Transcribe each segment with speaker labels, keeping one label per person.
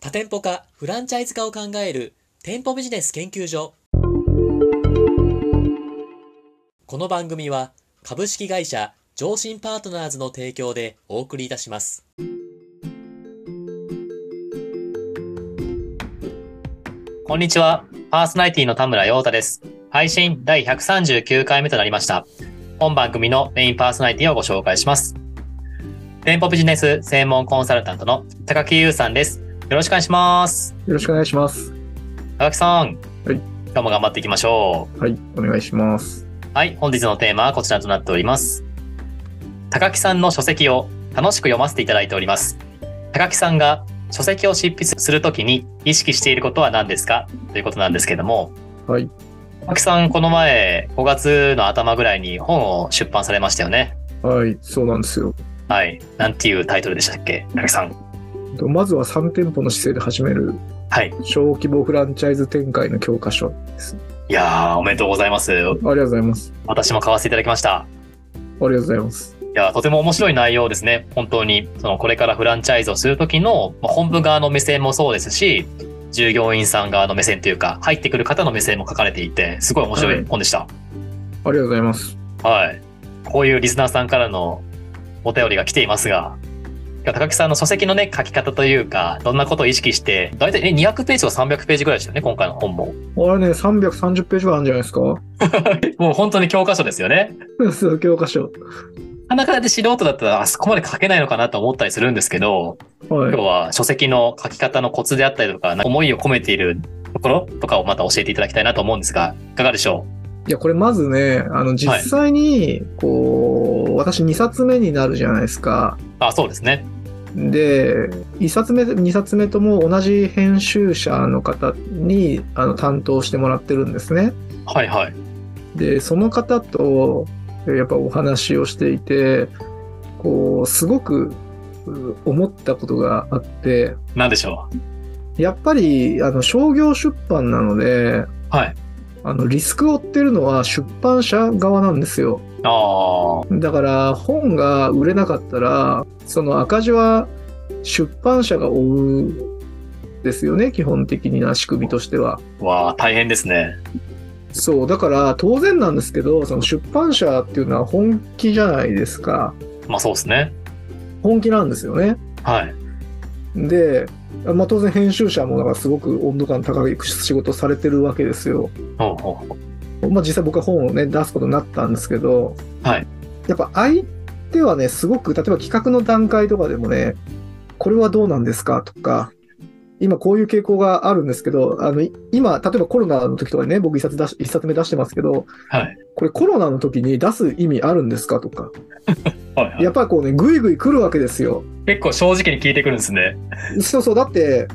Speaker 1: 多店舗化、フランチャイズ化を考える店舗ビジネス研究所。この番組は株式会社上信パートナーズの提供でお送りいたします。こんにちは。パーソナリティの田村陽太です。配信第139回目となりました。本番組のメインパーソナリティをご紹介します。店舗ビジネス専門コンサルタントの高木優さんです。よろしくお願いします。
Speaker 2: よろしくお願いします。
Speaker 1: 高木さん。
Speaker 2: はい
Speaker 1: 今日も頑張っていきましょう。
Speaker 2: はい、お願いします。
Speaker 1: はい、本日のテーマはこちらとなっております。高木さんの書籍を楽しく読ませていただいております。高木さんが書籍を執筆するときに意識していることは何ですかということなんですけども、
Speaker 2: はい、
Speaker 1: 高木さん、この前、5月の頭ぐらいに本を出版されましたよね。
Speaker 2: はい、そうなんですよ。
Speaker 1: はい。なんていうタイトルでしたっけ高木さん。
Speaker 2: とまずは3店舗の姿勢で始める
Speaker 1: はい。
Speaker 2: 小規模フランチャイズ展開の教科書。
Speaker 1: いやー、おめでとうございます。
Speaker 2: ありがとうございます。
Speaker 1: 私も買わせていただきました。
Speaker 2: ありがとうございます。
Speaker 1: いや、とても面白い内容ですね。本当に、その、これからフランチャイズをするときの、まあ本部側の目線もそうですし、従業員さん側の目線というか、入ってくる方の目線も書かれていて、すごい面白い本でした。
Speaker 2: ありがとうございます。
Speaker 1: はい。こういうリスナーさんからのお便りが来ていますが、いや高木さんの書籍のね、書き方というか、どんなことを意識して、大体ね、200ページとか300ページぐらいですよね、今回の本も。
Speaker 2: あれね、330ページぐらいあるんじゃないですか
Speaker 1: もう本当に教科書ですよね。
Speaker 2: そう教科書。
Speaker 1: なかなかで素人だったら、あそこまで書けないのかなと思ったりするんですけど、
Speaker 2: はい
Speaker 1: 今。日は書籍の書き方のコツであったりとか、思いを込めているところとかをまた教えていただきたいなと思うんですが、いかがでしょ
Speaker 2: いや、これまずね、あの、実際に、こう、私2冊目になるじゃないですか。
Speaker 1: うあ、そうですね。
Speaker 2: で、1冊目、2冊目とも同じ編集者の方に、あの、担当してもらってるんですね。
Speaker 1: はいはい。
Speaker 2: でその方とえーやっぱお話をしていてこうすごくう思ったことがあって
Speaker 1: なんでしょう。
Speaker 2: やっぱりあの商業出版なので
Speaker 1: はい。
Speaker 2: あのリスクを負ってるのは出版社側なんですよ
Speaker 1: ああ、は
Speaker 2: だから本が売れなかったらその赤字は出版社が負うですよね基本的な仕組みとしては。
Speaker 1: あ大変ですね。
Speaker 2: そう、だから当然なんですけど、その出版社っていうのは本気じゃないですか。
Speaker 1: まあそうですね。
Speaker 2: 本気なんですよね。
Speaker 1: はい。
Speaker 2: で、まあ当然編集者もだからすごく温度感高い仕事されてるわけですよ。
Speaker 1: ほうほう
Speaker 2: まあ実際僕は本をね、出すことになったんですけど、
Speaker 1: はい
Speaker 2: やっぱ相手はね、すごく、例えば企画の段階とかでもね、これはどうなんですかとか、今こういう傾向があるんですけど、あの、い今、例えばコロナの時とかにね、僕一冊出し、一冊目出してますけど、
Speaker 1: はい。
Speaker 2: これコロナの時に出す意味あるんですかとか、
Speaker 1: はいはい
Speaker 2: やっぱりこうね、ぐいぐい来るわけですよ。
Speaker 1: 結構正直に聞いてくるんですね。
Speaker 2: そうそう、だって、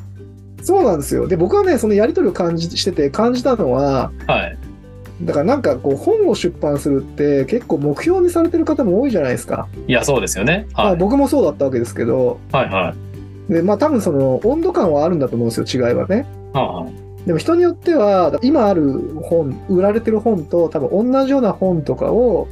Speaker 2: そうなんですよ。で、僕はね、そのやりとりを感じしてて感じたのは、
Speaker 1: はい。
Speaker 2: だからなんかこう、本を出版するって結構目標にされてる方も多いじゃないですか。
Speaker 1: いや、そうですよね。
Speaker 2: ま
Speaker 1: は
Speaker 2: あ、僕もそうだったわけですけど、
Speaker 1: い。はいはい。
Speaker 2: で、まあ多分その温度感はあるんだと思うんですよ、違いはね。
Speaker 1: は
Speaker 2: でも人によっては、今ある本、売られてる本と多分同じような本とかを、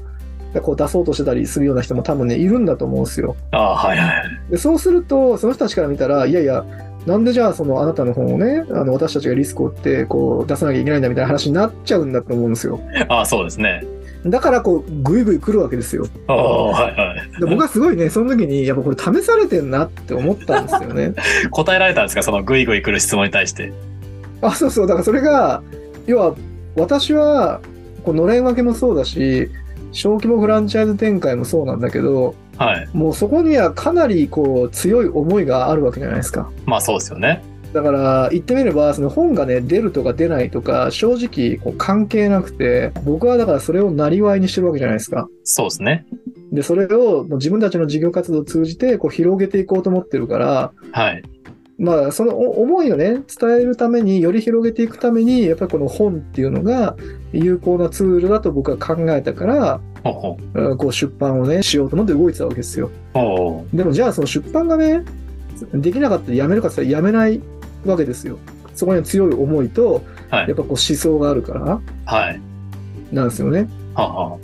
Speaker 2: こう出そうとしてたりするような人も多分ね、いるんだと思うんですよ。
Speaker 1: あ、ああはいはい。
Speaker 2: でそうするとその人たちから見たらいやいやなんでじゃあそのあなたの本をねあの私たちがリスクを負ってこう出さなきゃいけないんだみたいな話になっちゃうんだと思うんですよ
Speaker 1: ああ、そうですね。
Speaker 2: だからこうグイグイ来るわけですよで
Speaker 1: ああ、はいはい。
Speaker 2: 僕はすごいねその時にやっぱこれ試されてんなって思ったんですよね
Speaker 1: 答えられたんですかそのグイグイ来る質問に対して。
Speaker 2: あそうそうだからそれが要は私はこうのれん分けもそうだし小規模フランチャイズ展開もそうなんだけど
Speaker 1: はい。
Speaker 2: もうそこにはかなりこう強い思いがあるわけじゃないですか
Speaker 1: まあそうですよね。
Speaker 2: だから言ってみればその本がね出るとか出ないとか正直こう関係なくて僕はだからそれをなりわいにしてるわけじゃないですか。
Speaker 1: そうですね。
Speaker 2: でそれをもう自分たちの事業活動を通じてこう広げていこうと思ってるから、
Speaker 1: はい。
Speaker 2: まあ、そのお思いをね伝えるためにより広げていくためにやっぱりこの本っていうのが有効なツールだと僕は考えたから
Speaker 1: ほうほう。
Speaker 2: うんこう出版をねしようと思って動いてたわけですよ。
Speaker 1: ほう
Speaker 2: でもじゃあその出版がねできなかったらやめるかって言ったらやめないわけですよ。そこには強い思いと、
Speaker 1: はい
Speaker 2: やっぱこう思想があるから
Speaker 1: はい。
Speaker 2: なんですよね。
Speaker 1: はあは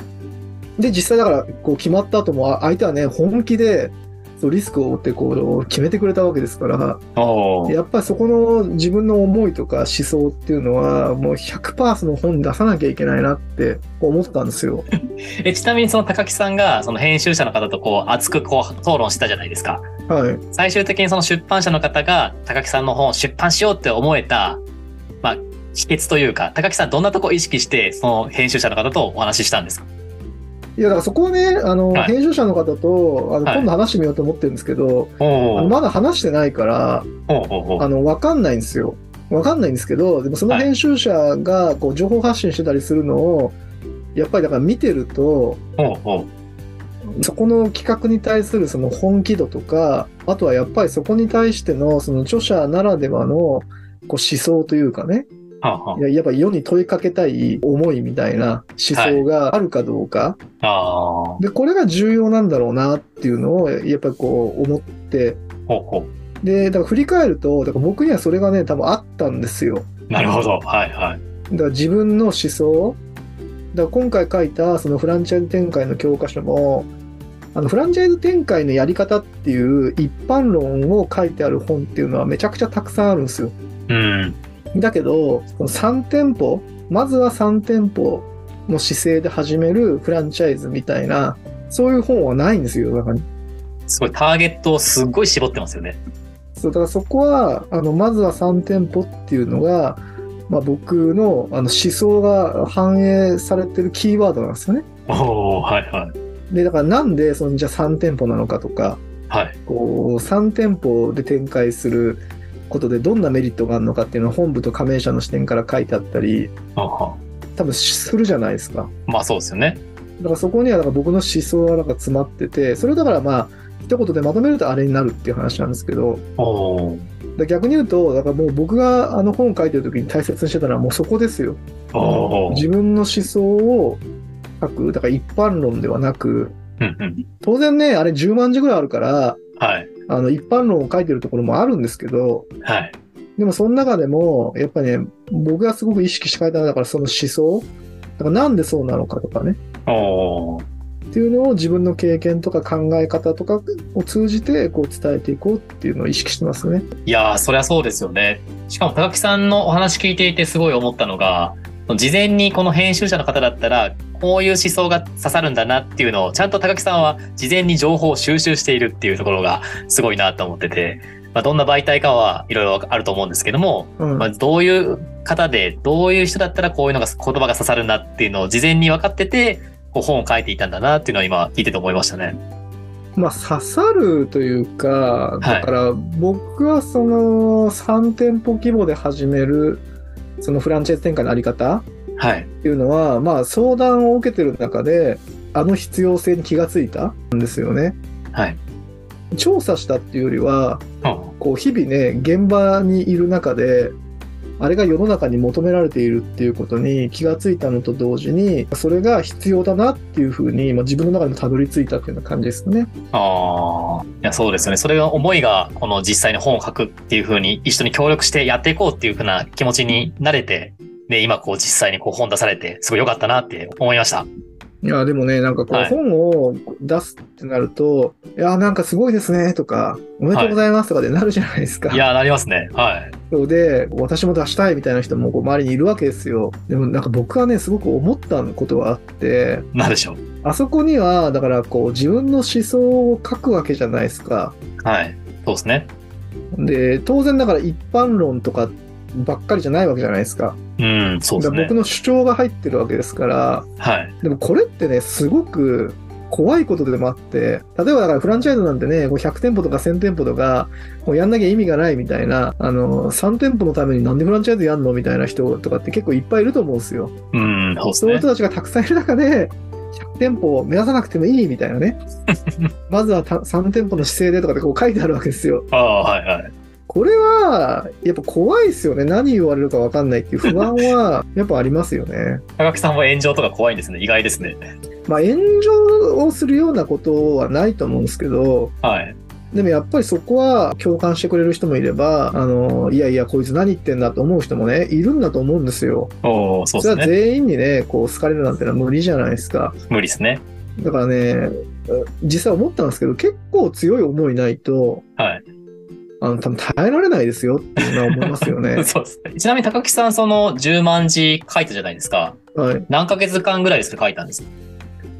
Speaker 2: で実際だからこう決まった後もあ相手はね本気でそとリスクを負ってこう決めてくれたわけですから、
Speaker 1: おー
Speaker 2: やっぱりそこの自分の思いとか思想っていうのは、もう100%その本出さなきゃいけないなって思ったんですよ。
Speaker 1: えちなみにその高木さんがその編集者の方とこう熱くこう討論してたじゃないですか
Speaker 2: はい。
Speaker 1: 最終的にその出版社の方が高木さんの本を出版しようって思えた、まあ、秘訣というか高木さんどんなとこ意識してその編集者の方とお話ししたんですか
Speaker 2: いや、だからそこはね、あの、
Speaker 1: はい
Speaker 2: 編集者の方と、あの、
Speaker 1: はい
Speaker 2: 今度話してみようと思ってるんですけど、
Speaker 1: お
Speaker 2: あの
Speaker 1: ー
Speaker 2: まだ話してないから、
Speaker 1: おーおーおー
Speaker 2: あの、わかんないんですよ。わかんないんですけど、でもその
Speaker 1: はい
Speaker 2: 編集者が、こう、情報発信してたりするのを、やっぱりだから見てると、
Speaker 1: おーおー
Speaker 2: そこの企画に対するその本気度とか、あとはやっぱりそこに対しての、その著者ならではの、こう、思想というかね、
Speaker 1: はあはい
Speaker 2: ややっぱり世に問いかけたい思いみたいな思想があるかどうか、
Speaker 1: ああー
Speaker 2: で、これが重要なんだろうなっていうのを、やっぱりこう、思って、
Speaker 1: ほうほ
Speaker 2: で、だから振り返ると、だから僕にはそれがね、多分あったんですよ。
Speaker 1: うなるほどはいはい
Speaker 2: だから自分の思想だから今回書いたそのフランチャイズ展開の教科書もあのフランチャイズ展開のやり方っていう一般論を書いてある本っていうのはめちゃくちゃたくさんあるんですよ
Speaker 1: うん
Speaker 2: だけどこの3店舗まずは3店舗の姿勢で始めるフランチャイズみたいなそういう本はないんですよ世の中に
Speaker 1: すごいターゲットをすっごい絞ってますよね
Speaker 2: そうだからそこはあのまずは3店舗っていうのが、まあ、僕のあの思想が反映されてるキーワードなんですよね
Speaker 1: おおはいはい
Speaker 2: でだからなんでそのじゃあ3店舗なのかとか
Speaker 1: はい
Speaker 2: こう3店舗で展開することでどんなメリットがあるのかっていうのを本部と加盟者の視点から書いてあったり
Speaker 1: はあは
Speaker 2: 多分するじゃないですか
Speaker 1: あまあそうですよね
Speaker 2: だからそこにはだから僕の思想がなんか詰まっててそれをだからまあ一言でまとめるとあれになるっていう話なんですけど
Speaker 1: おお
Speaker 2: だから逆に言うとだからもう僕があの本書いてる時に大切にしてたのはもうそこですよ
Speaker 1: おお
Speaker 2: 自分の思想を書くだから一般論ではなく
Speaker 1: うんうん
Speaker 2: 当然ねあれ10万字ぐらいあるから
Speaker 1: はい
Speaker 2: あの一般論を書いてるところもあるんですけど、
Speaker 1: はい
Speaker 2: でもその中でも、やっぱね、僕がすごく意識して書いたのはだからその思想、だからなんでそうなのかとかね、
Speaker 1: おお
Speaker 2: っていうのを自分の経験とか考え方とかを通じてこう伝えていこうっていうのを意識してますね。
Speaker 1: いやーそりゃそうですよねしかも高木さんのお話聞いていてすごい思ったのが事前にこの編集者の方だったらこういう思想が刺さるんだなっていうのをちゃんと高木さんは事前に情報を収集しているっていうところがすごいなと思ってて、まあ、どんな媒体かはいろいろあると思うんですけども
Speaker 2: うん
Speaker 1: まあ、どういう方でどういう人だったらこういうのが言葉が刺さるなっていうのを事前に分かっててこう本を書いていたんだなっていうのは今聞いてて思いましたね。
Speaker 2: まあ刺さるというか、
Speaker 1: い
Speaker 2: だから僕はその3店舗規模で始めるそのフランチャイズ展開のあり方
Speaker 1: はい。
Speaker 2: っていうのは、まあ相談を受けてる中で、あの必要性に気がついたんですよね。
Speaker 1: はい。
Speaker 2: 調査したっていうよりは
Speaker 1: うん
Speaker 2: こう日々ね現場にいる中であれが世の中に求められているっていうことに気がついたのと同時にそれが必要だなっていうふうに、まあ、自分の中でもたどり着いたっていうような感じですね。
Speaker 1: ああ。いや、そうですよね。それが思いが、この実際に本を書くっていうふうに一緒に協力してやっていこうっていうふうな気持ちになれて、ね、今こう実際にこう本出されて、すごい良かったなって思いました。
Speaker 2: いやでもねなんかこう
Speaker 1: はい
Speaker 2: 本を出すってなると「い、やなんかすごいですね」とか「おめでとうございます」とかでなるじゃないですか。
Speaker 1: いや、なりますね。はい。
Speaker 2: そうで私も出したいみたいな人もこう周りにいるわけですよ。でもなんか僕はねすごく思ったことがあって
Speaker 1: なんでしょう。
Speaker 2: あそこには、だからこう自分の思想を書くわけじゃないですか。
Speaker 1: はい。そうですね。
Speaker 2: で、当然だから一般論とかばっかりじゃないわけじゃないですか。
Speaker 1: うん、そうです
Speaker 2: だから
Speaker 1: ね
Speaker 2: 僕。の主張が入ってるわけですから、
Speaker 1: はい。
Speaker 2: でもこれってね、すごく怖いことでもあって、例えばだからフランチャイズなんてね、こう100店舗とか1000店舗とか、もうやんなきゃ意味がないみたいな、あの、3店舗のためになんでフランチャイズやんのみたいな人とかって結構いっぱいいると思うんですよ。
Speaker 1: うん、そうです
Speaker 2: そういう
Speaker 1: ね。
Speaker 2: 人たちがたくさんいる中で、100店舗を目指さなくてもいいみたいな ね。まずはた3店舗の姿勢でとかってこう書いてあるわけですよ。
Speaker 1: ああ、はいはい。
Speaker 2: これは、やっぱ怖いですよね。何言われるか分かんないっていう不安は、やっぱありますよね。
Speaker 1: 高木さんも炎上とか怖いんですね。意外ですね。
Speaker 2: まあ、炎上をするようなことはないと思うんですけど、
Speaker 1: はい。
Speaker 2: でもやっぱりそこは共感してくれる人もいれば、あの、いやいや、こいつ何言ってんだと思う人もね、いるんだと思うんですよ。
Speaker 1: おお、そうで
Speaker 2: それ
Speaker 1: す
Speaker 2: は
Speaker 1: ね。
Speaker 2: 全員にね、こう好かれるなんてのは無理じゃないですか。
Speaker 1: 無理ですね。
Speaker 2: だからね、実際思ったんですけど、結構強い思いないと、
Speaker 1: はい
Speaker 2: あの多分耐えられないですよっていうのは思います よね。
Speaker 1: そうですね。ちなみに高木さん、その10万字書いたじゃないですか。
Speaker 2: はい、
Speaker 1: 何ヶ月間ぐらいですか書いたんですか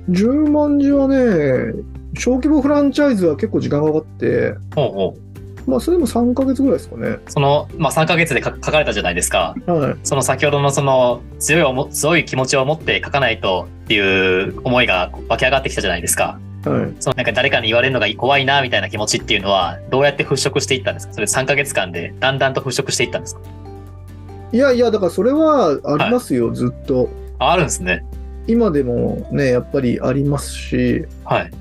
Speaker 2: 10万字はね、小規模フランチャイズは結構時間がかかって、
Speaker 1: ほうほう。
Speaker 2: まあ、それでも3ヶ月ぐらいですかね。
Speaker 1: その、まあ、3ヶ月で書書かれたじゃないですか。
Speaker 2: はい、
Speaker 1: その先ほどのその強い思、強い気持ちを持って書かないとっていう思いが湧き上がってきたじゃないですか。
Speaker 2: はい
Speaker 1: そのなんか誰かに言われるのが怖いなみたいな気持ちっていうのは、どうやって払拭していったんですかそれ3ヶ月間でだんだんと払拭していったんですか
Speaker 2: いやいや、だからそれはありますよ、ずっと。
Speaker 1: ああるんですね。
Speaker 2: 今でもね、やっぱりありますし、
Speaker 1: はい。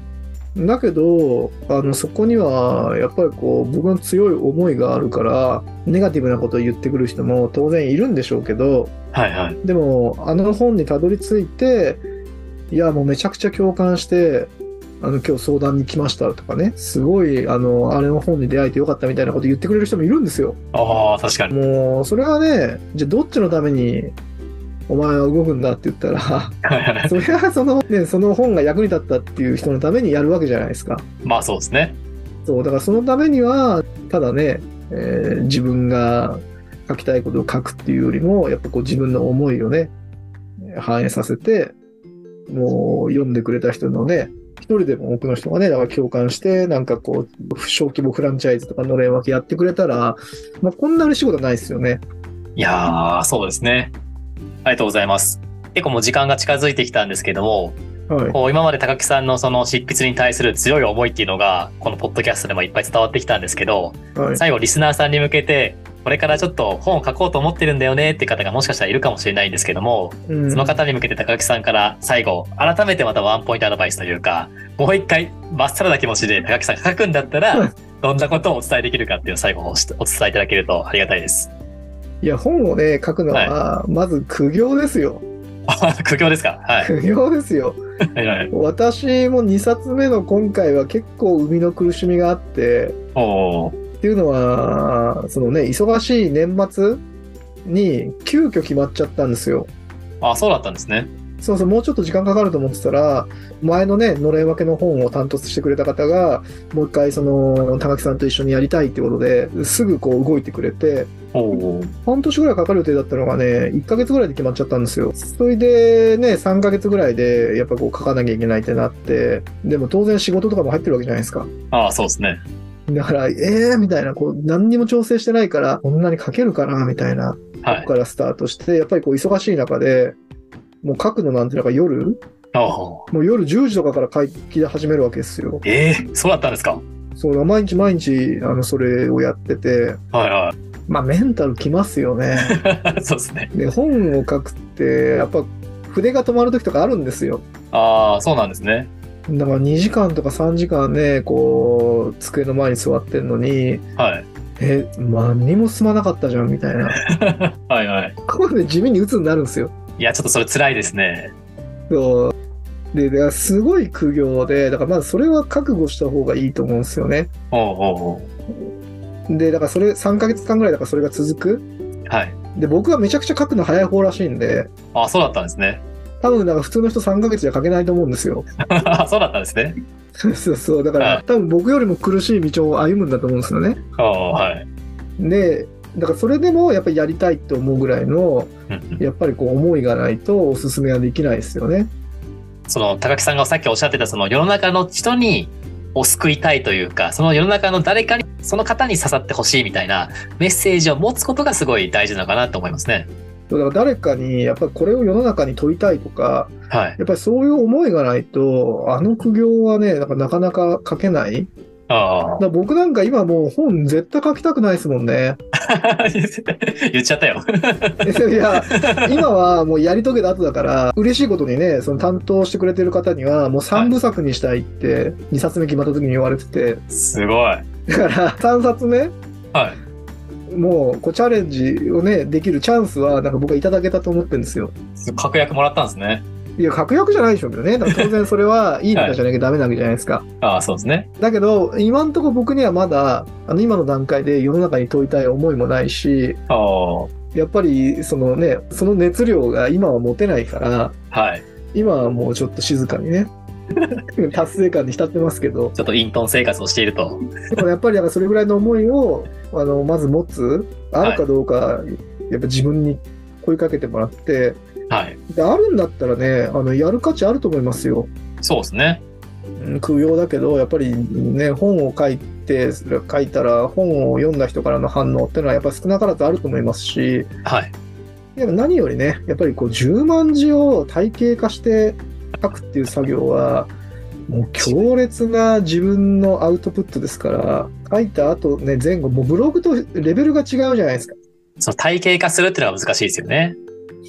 Speaker 2: だけど、あのそこにはやっぱりこう、僕の強い思いがあるから、ネガティブなことを言ってくる人も当然いるんでしょうけど、
Speaker 1: はいはい。
Speaker 2: でも、あの本にたどり着いて、いや、もうめちゃくちゃ共感して、あの今日相談に来ましたとかね、すごいあのあれの本に出会えてよかったみたいなこと言ってくれる人もいるんですよ。
Speaker 1: ああ、確かに。
Speaker 2: もうそれはねじゃあどっちのためにお前は動くんだって言った ら
Speaker 1: はいはい
Speaker 2: それはその,、ね、その本が役に立ったっていう人のためにやるわけじゃないですか
Speaker 1: まあそうですね。
Speaker 2: そうだからそのためにはただね、えー自分が書きたいことを書くっていうよりもやっぱこう自分の思いをね反映させてもう読んでくれた人のね一人でも多くの人がね、だから共感して、なんかこう、小規模フランチャイズとかのれん分けやってくれたら、まあ、こんな嬉しいことはないですよね。
Speaker 1: いやー、そうですね。ありがとうございます。結構もう時間が近づいてきたんですけども、
Speaker 2: はい。
Speaker 1: こう今まで高木さんのその執筆に対する強い思いっていうのが、このポッドキャストでもいっぱい伝わってきたんですけど、
Speaker 2: はい、
Speaker 1: 最後リスナーさんに向けて、これからちょっと本を書こうと思ってるんだよねって方がもしかしたらいるかもしれないんですけども、
Speaker 2: うん
Speaker 1: その方に向けて高木さんから最後、改めてまたワンポイントアドバイスというか、もう一回、まっさらな気持ちで高木さんが書くんだった
Speaker 2: う
Speaker 1: ら
Speaker 2: ん、
Speaker 1: どんなことをお伝えできるかっていうのを最後おしお伝えいただけるとありがたいです。
Speaker 2: いや本をね書くのはまず苦行ですよ、
Speaker 1: あ苦行ですかはい。
Speaker 2: 苦行ですよ
Speaker 1: はいはい。
Speaker 2: 私も2冊目の今回は結構生みの苦しみがあって
Speaker 1: おー
Speaker 2: っていうのはそのね忙しい年末に急遽決まっちゃったんですよ
Speaker 1: あ、そうだったんですね。
Speaker 2: そうそうもうちょっと時間かかると思ってたら前のねのれん分けの本を担当してくれた方がもう一回その高木さんと一緒にやりたいってことですぐこう動いてくれて
Speaker 1: おー
Speaker 2: 半年ぐらいかかる予定だったのがね、1ヶ月ぐらいで決まっちゃったんですよ。それでね、3ヶ月ぐらいで、やっぱこう書かなきゃいけないってなって、でも当然仕事とかも入ってるわけじゃないですか。
Speaker 1: あそうですね。
Speaker 2: だから、えーみたいな、こう、何にも調整してないから、こんなに書けるかなみたいな、
Speaker 1: は
Speaker 2: こ
Speaker 1: い
Speaker 2: こ。からスタートして、やっぱりこう、忙しい中で、もう書くのなんて、なんか夜
Speaker 1: おー
Speaker 2: もう夜10時とかから書き始めるわけですよ。
Speaker 1: ええそうだったんですか
Speaker 2: そう、毎日毎日、あの、それをやってて、
Speaker 1: はいは
Speaker 2: まあ、メンタルきますよね。
Speaker 1: い。 そうですね。
Speaker 2: で本を書くってやっぱ筆が止まる時とかあるんですよ
Speaker 1: ああ、そうなんですね。
Speaker 2: だから2時間とか3時間ねこう机の前に座ってんのに
Speaker 1: はい。
Speaker 2: え何も進まなかったじゃんみたいな
Speaker 1: はいはい。
Speaker 2: これで地味に鬱になるんですよ
Speaker 1: いや、ちょっとそれ辛いですね。
Speaker 2: そうでだからすごい苦行でだからまずそれは覚悟した方がいいと思うんですよね
Speaker 1: おーおーお
Speaker 2: でだからそれ3ヶ月間ぐらいだからそれが続く
Speaker 1: ーはい。
Speaker 2: で僕はめちゃくちゃ書くの早い方らしいんで
Speaker 1: あそうだったんですね。
Speaker 2: 多分なんか普通の人3ヶ月じゃ書けないと思うんですよ
Speaker 1: そうだったんですね。
Speaker 2: そうそうそうだか
Speaker 1: は
Speaker 2: ら多分僕よりも苦しい道を歩むんだと思うんですよね
Speaker 1: おーはい。
Speaker 2: でだからそれでもやっぱりやりたいと思うぐらいの
Speaker 1: うんうん
Speaker 2: やっぱりこう思いがないとおすすめはできないですよね。
Speaker 1: その高木さんがさっきおっしゃってたその世の中の人にを救いたいというかその世の中の誰かにその方に刺さってほしいみたいなメッセージを持つことがすごい大事なのかなと思いますね。
Speaker 2: だから誰かにやっぱりこれを世の中に問いたいとか
Speaker 1: はい。
Speaker 2: やっぱりそういう思いがないとあの苦行はねなんかなかなか書けない
Speaker 1: あ
Speaker 2: だから僕なんか今もう本絶対書きたくないですもんね
Speaker 1: あ 言っちゃったよ。
Speaker 2: いや今はもうやり遂げた後だから嬉しいことにねその担当してくれてる方にはもう3部作にしたいって2冊目決まった時に言われてて
Speaker 1: すごい。はい。
Speaker 2: だから3冊目
Speaker 1: あ
Speaker 2: もうこうチャレンジをねできるチャンスはなんか僕はいただけたと思ってるんですよ。
Speaker 1: 確約もらったんですね。
Speaker 2: いや確約じゃないでしょうけどねだから当然それはいいネタじゃなきゃダメなわけじゃないですか。
Speaker 1: ああそうですね。
Speaker 2: だけど今んとこ僕にはまだあの今の段階で世の中に問いたい思いもないし
Speaker 1: ああは
Speaker 2: やっぱりそのねその熱量が今は持てないから
Speaker 1: い。
Speaker 2: 今はもうちょっと静かにね 達成感に浸ってますけど、
Speaker 1: ちょっと隠遁生活をしていると。
Speaker 2: でもやっぱりなんかそれぐらいの思いをあのまず持つ、あるかどうか、やっぱ自分に声かけてもらって、
Speaker 1: はい。
Speaker 2: であるんだったらね、あのやる価値あると思いますよ。
Speaker 1: そうですね。
Speaker 2: うん供養だけど、やっぱりね、本を書いて、書いたら、本を読んだ人からの反応っていうのは、やっぱり少なからずあると思いますし、
Speaker 1: はい。
Speaker 2: でも何よりね、やっぱりこう、10万字を体系化して書くっていう作業は、もう強烈な自分のアウトプットですから、書いた後ね、前後、もうブログとレベルが違うじゃないですか。
Speaker 1: その体系化するっていうのが難しいですよね。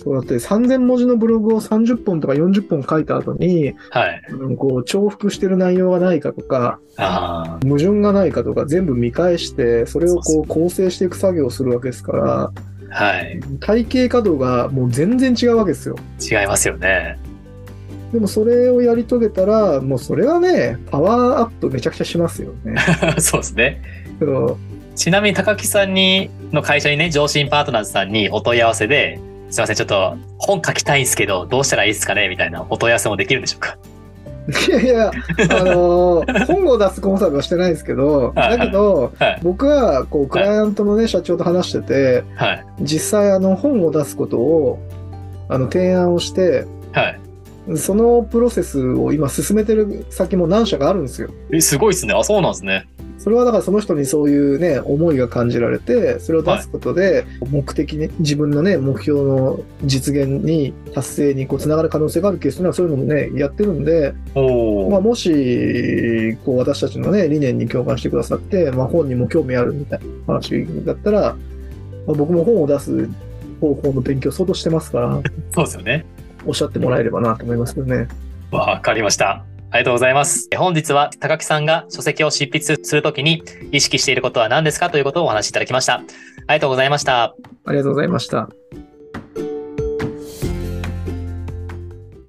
Speaker 2: そうだって3000文字のブログを30本とか40本書いた後に、
Speaker 1: はい。
Speaker 2: うんこう重複してる内容がないかとか、
Speaker 1: あ
Speaker 2: 矛盾がないかとか全部見返してそれを
Speaker 1: そ
Speaker 2: こう構成していく作業をするわけですか
Speaker 1: あ、
Speaker 2: ら
Speaker 1: はい。
Speaker 2: 体系稼働がもう全然違うわけですよ
Speaker 1: 違いますよね。
Speaker 2: でもそれをやり遂げたらもうそれはねパワーアップめちゃくちゃしますよ ね
Speaker 1: そうですね。
Speaker 2: そう
Speaker 1: ちなみに高木さんに、の会社にね、上進パートナーズさんにお問い合わせで、すいません、ちょっと本書きたいんですけど、どうしたらいいですかねみたいなお問い合わせもできるんでしょうか。
Speaker 2: いやいやあのー本を出すコンサルはしてないですけど
Speaker 1: はい
Speaker 2: だけど
Speaker 1: はい。
Speaker 2: 僕はこうクライアントのね社長と話してて
Speaker 1: はい。
Speaker 2: 実際あの本を出すことをあの提案をして
Speaker 1: はい
Speaker 2: そのプロセスを今進めてる先も何社かあるんですよ。
Speaker 1: え、すごいですね。あ、そうなんですね。
Speaker 2: それはだからその人にそういうね思いが感じられてそれを出すことで目的に自分のね目標の実現に達成にこうつながる可能性があるケースにはそういうのもねやってるんで、
Speaker 1: お
Speaker 2: まあ、
Speaker 1: お。
Speaker 2: もしこう私たちのね理念に共感してくださって、まあ、本にも興味あるみたいな話だったら、まあ僕も本を出す方法の勉強相当してますから
Speaker 1: そうですよね。
Speaker 2: おっしゃってもらえればなと思いますけどね。
Speaker 1: わかりました。ありがとうございます。本日は高木さんが書籍を執筆するときに意識していることは何ですかということをお話しいただきました。ありがとうございました。
Speaker 2: ありがとうございました。